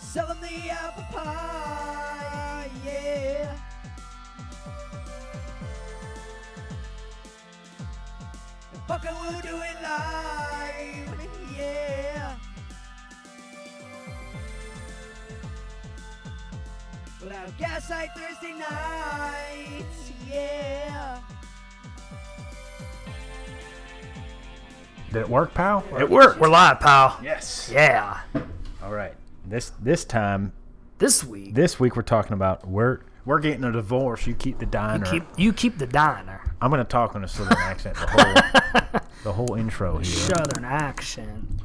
Sell them the apple pie, yeah. And fucking we'll do it live, yeah. We'll have gaslight Thursday nights, yeah. Did it work, pal? It worked. We're live, pal. Yes. Yeah. All right. This this time This week, this week we're talking about we're we're getting a divorce. You keep the diner. keep you keep the diner. I'm gonna talk on a southern accent the whole the whole intro here. Southern action.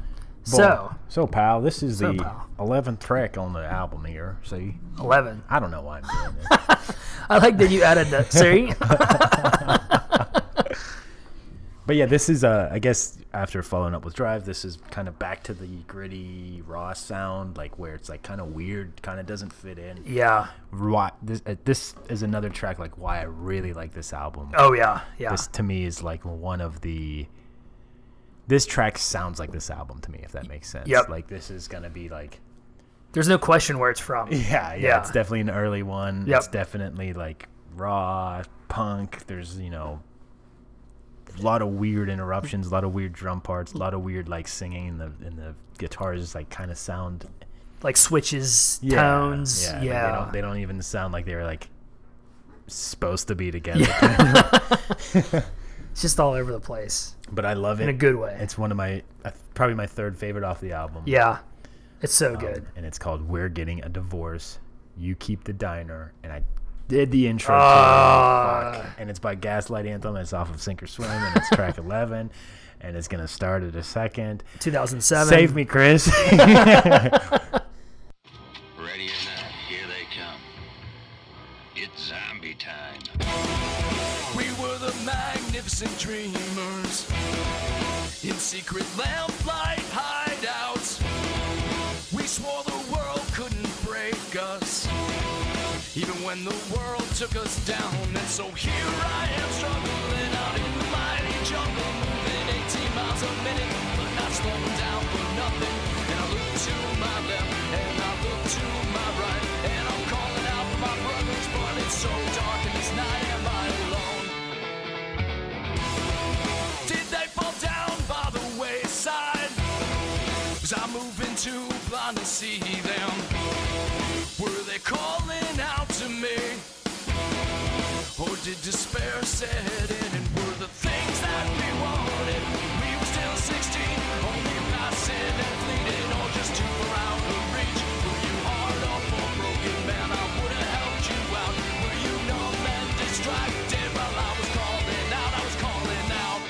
So, so pal, this is So, the pal. eleventh track on the album here. See, 11. I don't know why I'm doing this. I like that you added that. See? but yeah, this is uh, I guess after following up with Drive, this is kind of back to the gritty raw sound, like where it's like kind of weird, kind of doesn't fit in. yeah. Why, this uh, this is another track like why I really like this album. Oh, yeah. Yeah. This to me is like one of the. This track sounds like this album to me, if that makes sense. Yep. Like this is gonna be like. There's no question where it's from. Yeah, yeah, Yeah. It's definitely an early one. Yep. It's definitely like raw punk. There's you know a lot of weird interruptions, a lot of weird drum parts, a lot of weird like singing, and the and the guitars like kind of sound Like switches, tones. Yeah. like, they don't they don't even sound like they were like supposed to be together. it's just all over the place But I love it in a good way. It's one of my uh, probably my third favorite off the album. yeah. It's Um, so good. and it's called "We're Getting a Divorce." You keep the diner, and I did the intro. to it. Ah. Fuck. And it's by Gaslight Anthem. And it's off of Sink or Swim, and it's track eleven. And it's gonna start at a second. 2007. Save me, Chris. Ready or not, here they come. It's zombie time. We were the magnificent dreamers in secret lamplight hideouts. We swore the world couldn't break us, even when the world took us down. And so here I am struggling out in the mighty jungle, moving 18 miles a minute, but not slowing down for nothing. And I look to my left, and I look to my right, and I'm calling out for my brothers, but it's so dark and this night am I alone. Did they fall down by the wayside? Was I moving too blind to see them? Were they calling out to me? Or did despair set in? And were the things that we wanted? We were still 16, only passive and fleeting, or just too far out of reach. Were you hard up or broken, man? I would have helped you out. Were you numb and distracted while I was calling out? I was calling out.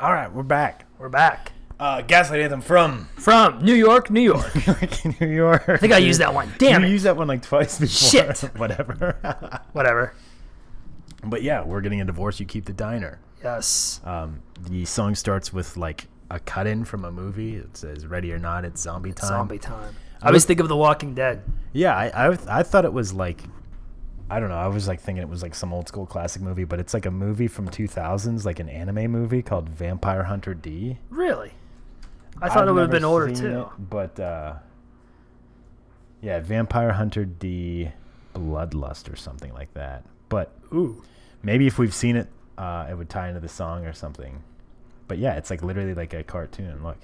All right, we're back. We're back Uh, Gaslight Anthem from from New York, New York. I New York. I think I used that one. Damn You it. used that one like twice before. Shit. Whatever. Whatever. but yeah, we're getting a divorce. You keep the diner. Yes. Um, the song starts with like a cut in from a movie. It says "Ready or Not, it's zombie time." Zombie time. I always think of The Walking Dead. Yeah, I, I I thought it was like, I don't know. I was like thinking it was like some old school classic movie, but it's like a movie from 2000s, like an anime movie called Vampire Hunter D. Really? I thought I've it would have never been older seen too. it, but uh, yeah, Vampire Hunter D, Bloodlust or something like that. But Ooh. maybe if we've seen it, uh, it would tie into the song or something. But yeah, it's like literally like a cartoon. Look,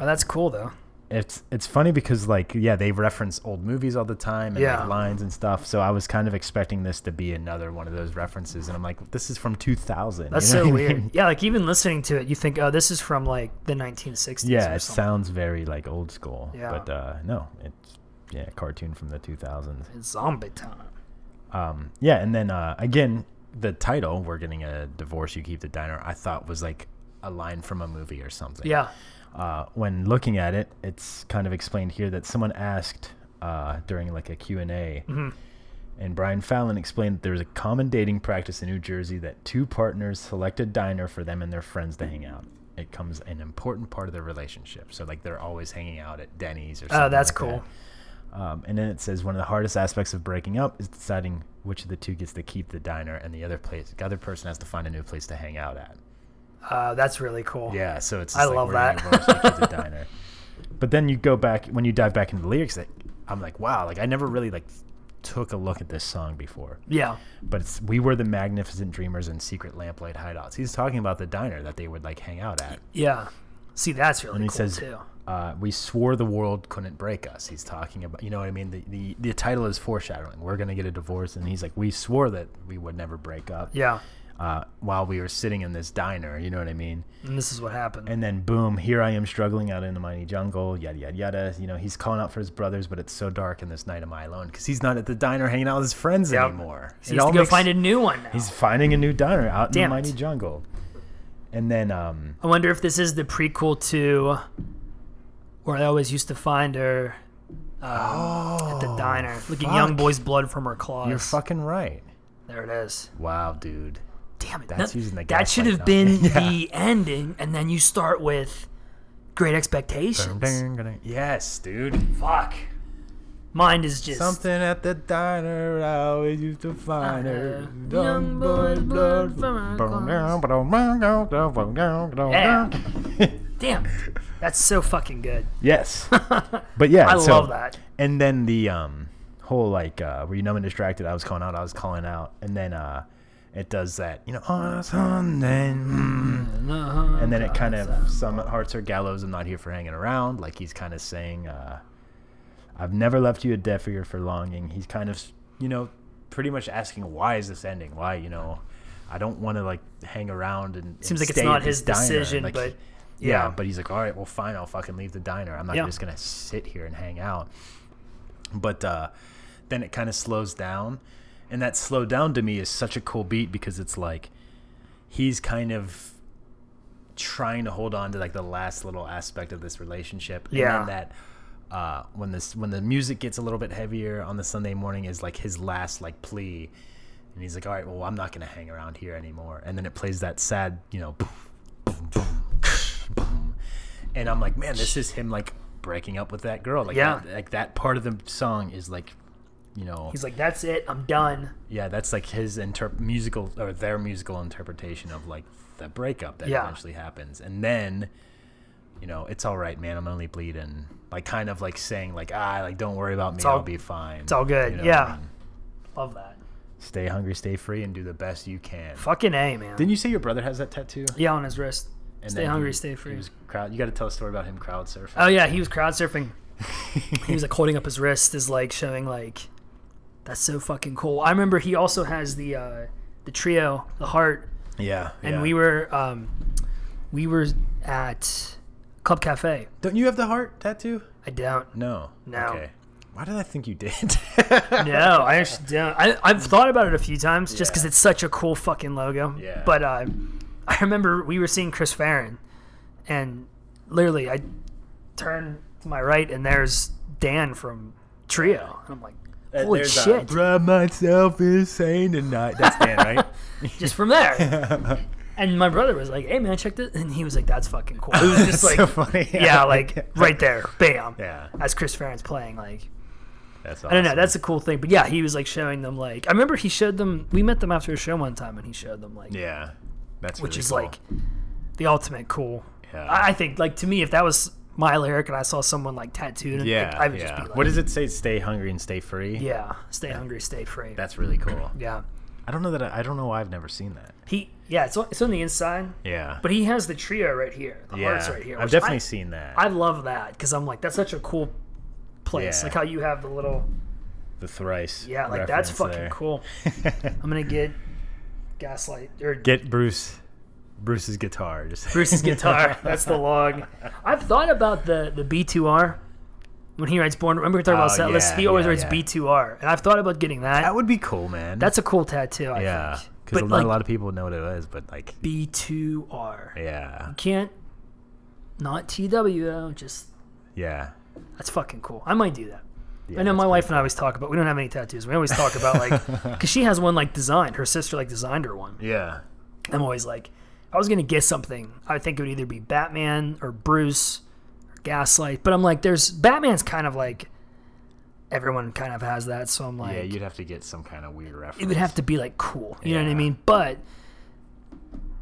Oh, that's cool though. it's it's funny because like yeah, they reference old movies all the time and Yeah. like lines and stuff. So I was kind of expecting this to be another one of those references, and I'm like, this is from 2000. That's you know so what I weird. mean? Yeah, like even listening to it, you think, oh, this is from like the 1960s. Yeah, or it something. sounds very like old school. Yeah. But uh, no, it's yeah, cartoon from the 2000s. It's zombie time. Um, yeah, and then uh, again, the title "We're Getting a Divorce, You Keep the Diner" I thought was like a line from a movie or something. Yeah. Uh, when looking at it, it's kind of explained here that someone asked uh, during like a Q and A, Mm-hmm. and Brian Fallon explained that there's a common dating practice in New Jersey that two partners select a diner for them and their friends to hang out. It comes an important part of their relationship. So like they're always hanging out at Denny's or something. Oh, that's like cool. that. Um, and then it says one of the hardest aspects of breaking up is deciding which of the two gets to keep the diner and the other place, the other person has to find a new place to hang out at. Uh, that's really cool. Yeah, so it's. I Just like, love we're gonna that. divorce, which is a diner. But then you go back when you dive back into the lyrics. That I'm like, wow, like I never really like took a look at this song before. Yeah. But it's we were the magnificent dreamers and secret lamplight hideouts. He's talking about the diner that they would like hang out at. Yeah. See, that's really And he cool says, too. uh, "We swore the world couldn't break us." He's talking about, you know what I mean? The, the the title is foreshadowing. We're gonna get a divorce, and he's like, "We swore that we would never break up." Yeah. Uh, while we were sitting in this diner, you know what I mean? And this is what happened. And then boom, here I am struggling out in the mighty jungle, yada yada yada. You know, he's calling out for his brothers, but it's so dark in this night am I alone because he's not at the diner hanging out with his friends Yep. anymore. So you have to go find a new one now. He's finding a new diner out in Damn the it. mighty jungle, and then um, I wonder if this is the prequel to where I always used to find her um, at the diner, licking young Oh, fuck. boy's blood from her claws. you're fucking right. there it is. Wow, dude. Damn it. That's that, using the that should have gaslight now. been the ending, and then you start with Great Expectations. Yes, dude. Fuck. Mind is just. Something at the diner I always used to find her. Young boy's blood Yeah. from Damn. That's so fucking good. Yes. But yeah, I so- love that. And then the um whole like uh were you numb and distracted? I was calling out, I was calling out, and then uh it does that, you know, "Oh, on a Sunday, mm. Mm-hmm. and then it kind of some hearts are gallows. I'm not here for hanging around. Like he's kind of saying, uh, I've never left you a deaf ear for longing. He's kind of, you know, pretty much asking, why is this ending? Why, you know, I don't want to like hang around and and Seems like it's stay not at this his diner." decision, Like, but yeah, yeah. but he's like, all right, well, fine, I'll fucking leave the diner. I'm not Yeah. just gonna sit here and hang out. But uh, then it kind of slows down, and that slow down to me is such a cool beat because it's like he's kind of trying to hold on to like the last little aspect of this relationship. And Yeah. then that uh, when this when the music gets a little bit heavier on the Sunday morning is like his last like plea, and he's like, all right, well, I'm not gonna hang around here anymore. And then it plays that sad, you know, boom, boom, boom, boom, and I'm like, man, this is him like breaking up with that girl. Like, Yeah. that, like that part of the song is like. You know, He's like, that's it. I'm done. yeah, that's like his inter- musical or their musical interpretation of like the breakup that Yeah. eventually happens, and then, you know, it's all right, man. I'm only bleeding. Like kind of like saying like ah, like don't worry about me, all- I'll be fine. It's all good, yeah. Love that. Stay hungry, stay free, and do the best you can. Fucking A, man. Didn't you say your brother has that tattoo? yeah, on his wrist. And Stay then hungry, he- stay free. He was crowd. You got to tell a story about him crowd surfing. Oh yeah, he was crowd surfing. he was like holding up his wrist, is like showing like, that's so fucking cool. I remember he also has the uh, the trio, the heart, yeah, and yeah. we were um, we were at Club Cafe. Don't you have the heart tattoo? I don't. No. No. Okay. Why did I think you did? No, I actually don't. I I've thought about it a few times just 'cause just because Yeah. it's such a cool fucking logo. Yeah. But uh, I remember we were seeing Chris Farron, and literally I turn to my right and there's Dan from Trio, and I'm like, Uh, holy there's a, shit! "Drive myself insane tonight. That's Dan, right? just from there. and my brother was like, "Hey man, check this," and he was like, "That's fucking cool." It was just That's like, so funny. yeah, like right there, bam. Yeah. As Chris Farron's playing, like That's I don't know, that's a cool thing. But yeah, he was like showing them like I remember he showed them. We met them after a show one time, and he showed them like yeah. That's which really is cool. like the ultimate cool. Yeah. I I think like to me, if that was my lyric and I saw someone like tattooed, and, yeah, like, I would yeah. just be like, what does it say? Stay hungry and stay free. Yeah, stay hungry, stay free. That's really cool. yeah, I don't know that. I, I don't know why I've never seen that. he yeah, it's on, it's on the inside, Yeah. but he has the trio right here, the yeah. hearts right here. I've which definitely I, seen that. I love that because I'm like that's such a cool place, Yeah. like how you have the little the thrice. yeah, like that's reference fucking there. cool. I'm gonna get gaslight or Get Bruce. Bruce's guitar. Just Bruce's guitar. That's the log. I've thought about the the B2R when he writes Born. Remember we talked about Oh, set lists? yeah, He always yeah, writes yeah. B2R, and I've thought about getting that. that would be cool, man. That's a cool tattoo. I yeah. think. Because But, not like, a lot of people would know what it was, but like B2R. yeah, Can't not TW though. Just yeah. that's fucking cool. I might do that. Yeah, I know that's my wife and I always talk about. We don't have any tattoos. We always talk about like because she has one like designed. Her sister like designed her one. Yeah. I'm always like, if I was gonna guess something, I would think it would either be Batman or Bruce or Gaslight. But I'm like, there's Batman's kind of like everyone kind of has that, so I'm like yeah, you'd have to get some kind of weird reference. it would have to be like cool. You know what I Yeah. mean? But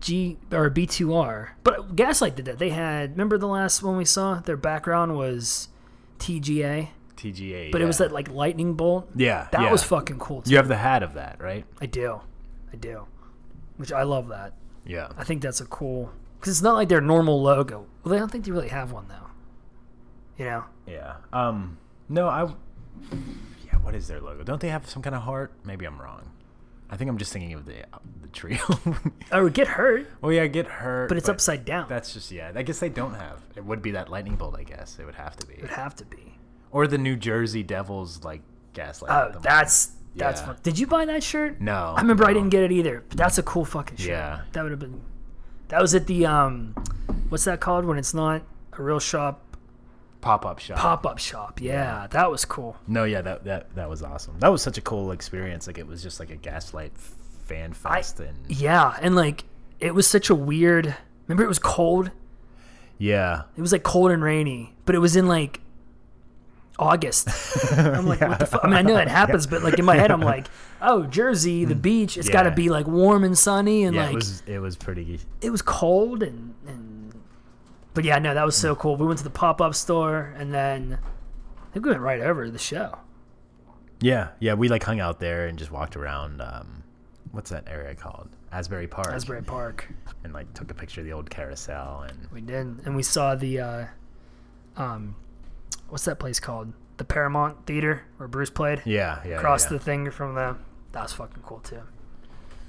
G or B2R. But Gaslight did that. They had remember the last one we saw? Their background was TGA. TGA. But it was yeah. that like lightning bolt. Yeah. That yeah. was fucking cool too. You have the hat of that, right? I do. I do. Which I love that. Yeah. I think that's a cool because it's not like their normal logo. Well, they don't think they really have one though. You know, Yeah. Um. No, I. Yeah. What is their logo? Don't they have some kind of heart? Maybe I'm wrong. I think I'm just thinking of the the trio. I Oh, would get hurt, well, yeah, get hurt. but it's upside down. That That's just yeah. I guess they don't have. It would be that lightning bolt. I guess it would have to be. would have to be. Or the New Jersey Devils like gaslight. at Oh, them. that's that's. Yeah. Fun. Did you buy that shirt? No, I remember I no. didn't get it either. But that's a cool fucking shirt. Yeah. That would have been. That was at the um, what's that called when it's not a real shop? pop up shop. Pop up shop. Yeah, that was cool. No, yeah, that that that was awesome. That was such a cool experience. Like it was just like a gaslight fan fest and Yeah, and like it was such a weird. Remember, it was cold. yeah. It was like cold and rainy, but it was in like August. I'm like, what the fuck? I mean, I know that happens, but like in my head, I'm like, oh, Jersey, the beach, it's got to Mm. Yeah. be like warm and sunny, and Yeah, like it was it was pretty. cold and and. But yeah, no, that was Mm. so cool. We went to the pop up store, and then I think we went right over to the show. Yeah, yeah, we like hung out there and just walked around. Um, what's that area called? Asbury Park. Asbury Park. And like took a picture of the old carousel and We did, and we saw the, uh, um, what's that place called? The Paramount Theater where Bruce played. yeah, yeah. Across yeah. the thing from the. That was fucking cool too.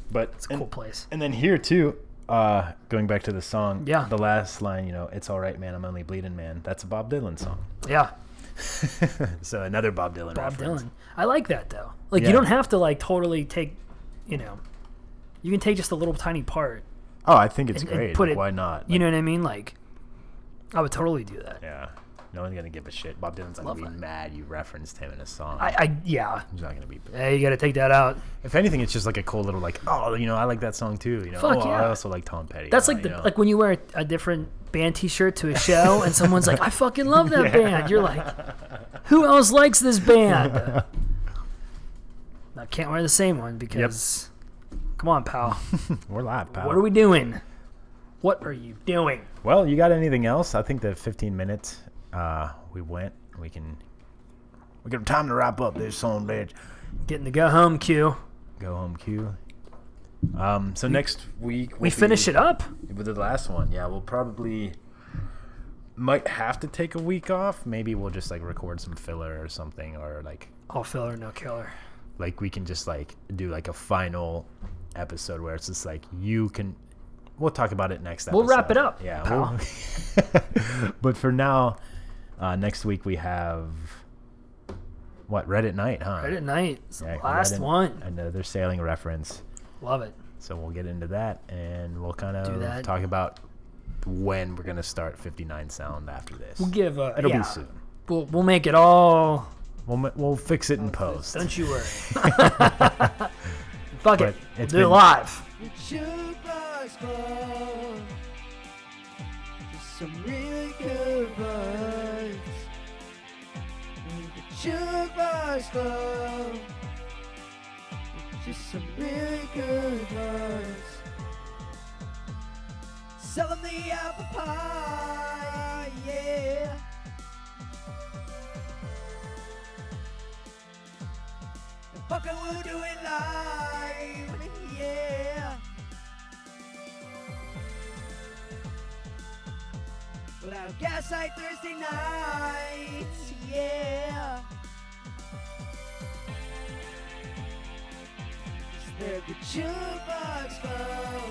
but It's a and, cool place. and then here too. Uh, going back to the song, Yeah. the last line, you know, it's all right, man. I'm only bleeding, man. That's a Bob Dylan song. Yeah, So another Bob Dylan. Bob reference. Dylan. I like that though. Like Yeah. you don't have to like totally take, you know, you can take just a little tiny part. Oh, I think it's And- and great. put Like, it- why not? You know what I mean? Like, I would totally do that. Yeah. No one's gonna give a shit. Bob Dylan's gonna Love be that. mad you referenced him in a song. I, I yeah. He's not gonna be. Hey, you got to take that out. If anything, it's just like a cool little like, oh, you know, I like that song too. You know, Fuck oh, yeah. I also like Tom Petty. That's Oh, like the you know. like when you wear a, a different band T-shirt to a show, and someone's like, "I fucking love that band." You're like, "Who else likes this band?" I can't wear the same one because, come on, pal. we're live, pal. What are we doing? What are you doing? Well, you got anything else? I think the 15 minutes uh, we went, we can we got time to wrap up this song, bitch. Getting the go home cue. Go home, Q. Um, so next week We finish it up. with the last one. Yeah, we'll probably might have to take a week off. Maybe we'll just like record some filler or something, or like All filler, no killer. like we can just like do like a final episode where it's just like you can we'll talk about it next episode. We'll wrap it up, yeah pal. we'll- but for now uh, next week we have what red at night huh Right at night. It's Yeah, the Red last at- one. another sailing reference Love it. So we'll get into that and we'll kind Do of that. talk about when we're gonna start 59 Sound after this. We'll give uh, a. It'll yeah. be soon. We'll, we'll make it all. We'll ma- we'll fix it in post. Don't you worry. Fuck But it. it's Do it been- live. The Jukebox Club. Just some really good vibes. The Jukebox Club. Just some really good vibes. Sell 'em the apple pie, yeah. Fucking we'll do it live, yeah. We'll have gaslight Thursday nights, yeah. There's the jukebox club.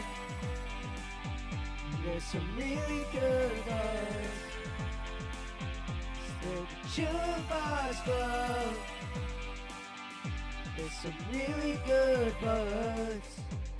There's some really good ones. There's the jukebox club. There's some really good buds.